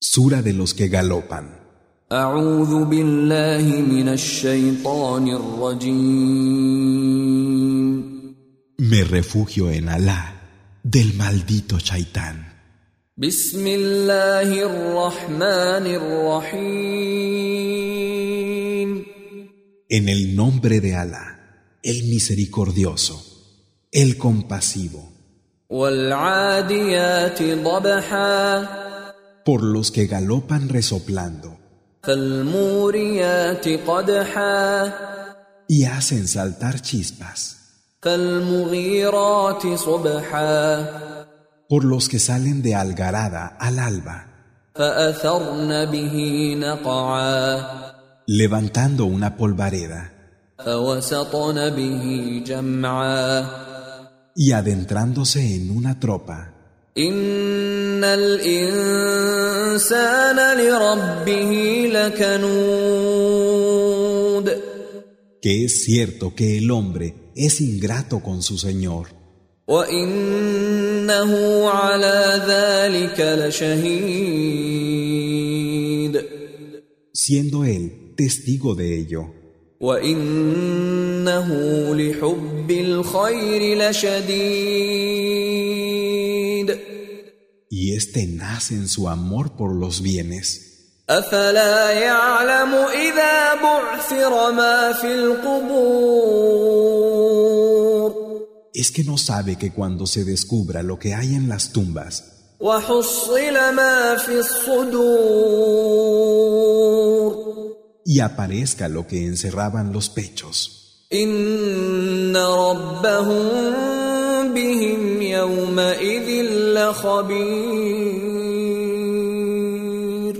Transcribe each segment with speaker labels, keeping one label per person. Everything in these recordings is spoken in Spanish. Speaker 1: Sura de los que galopan.
Speaker 2: أعوذ بالله من الشيطان الرجيم
Speaker 1: Me refugio en Alá del maldito Chaitán.
Speaker 2: بسم الله الرحمن الرحيم
Speaker 1: En el nombre de Alá, el misericordioso, el compasivo,
Speaker 2: والعاديات ضبحا
Speaker 1: por los que galopan resoplando
Speaker 2: فالموريات قدحا
Speaker 1: y hacen saltar chispas,
Speaker 2: فالمغيرات صبحا
Speaker 1: por los que salen de algarada al alba,
Speaker 2: فأثرن به نقعا
Speaker 1: levantando una polvareda
Speaker 2: فوسطن به جمعا
Speaker 1: y adentrándose en una tropa.
Speaker 2: إن الإنسان لربه لكنود
Speaker 1: Que es cierto que el hombre es ingrato con su Señor.
Speaker 2: وإنه على ذلك لشهيد
Speaker 1: siendo él testigo de ello,
Speaker 2: وإنه لحب الخير لشديد
Speaker 1: y éste nace en su amor por los bienes.
Speaker 2: أفلا يعلم إذا بعثر ما في القبور
Speaker 1: Es que no sabe que cuando se descubra lo que hay en las tumbas
Speaker 2: وحصل ما في الصدور
Speaker 1: y aparezca lo que encerraban los pechos,
Speaker 2: إن ربهم بهم يومئذ لخبير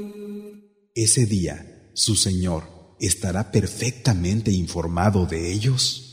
Speaker 1: ese día su Señor estará perfectamente informado de ellos.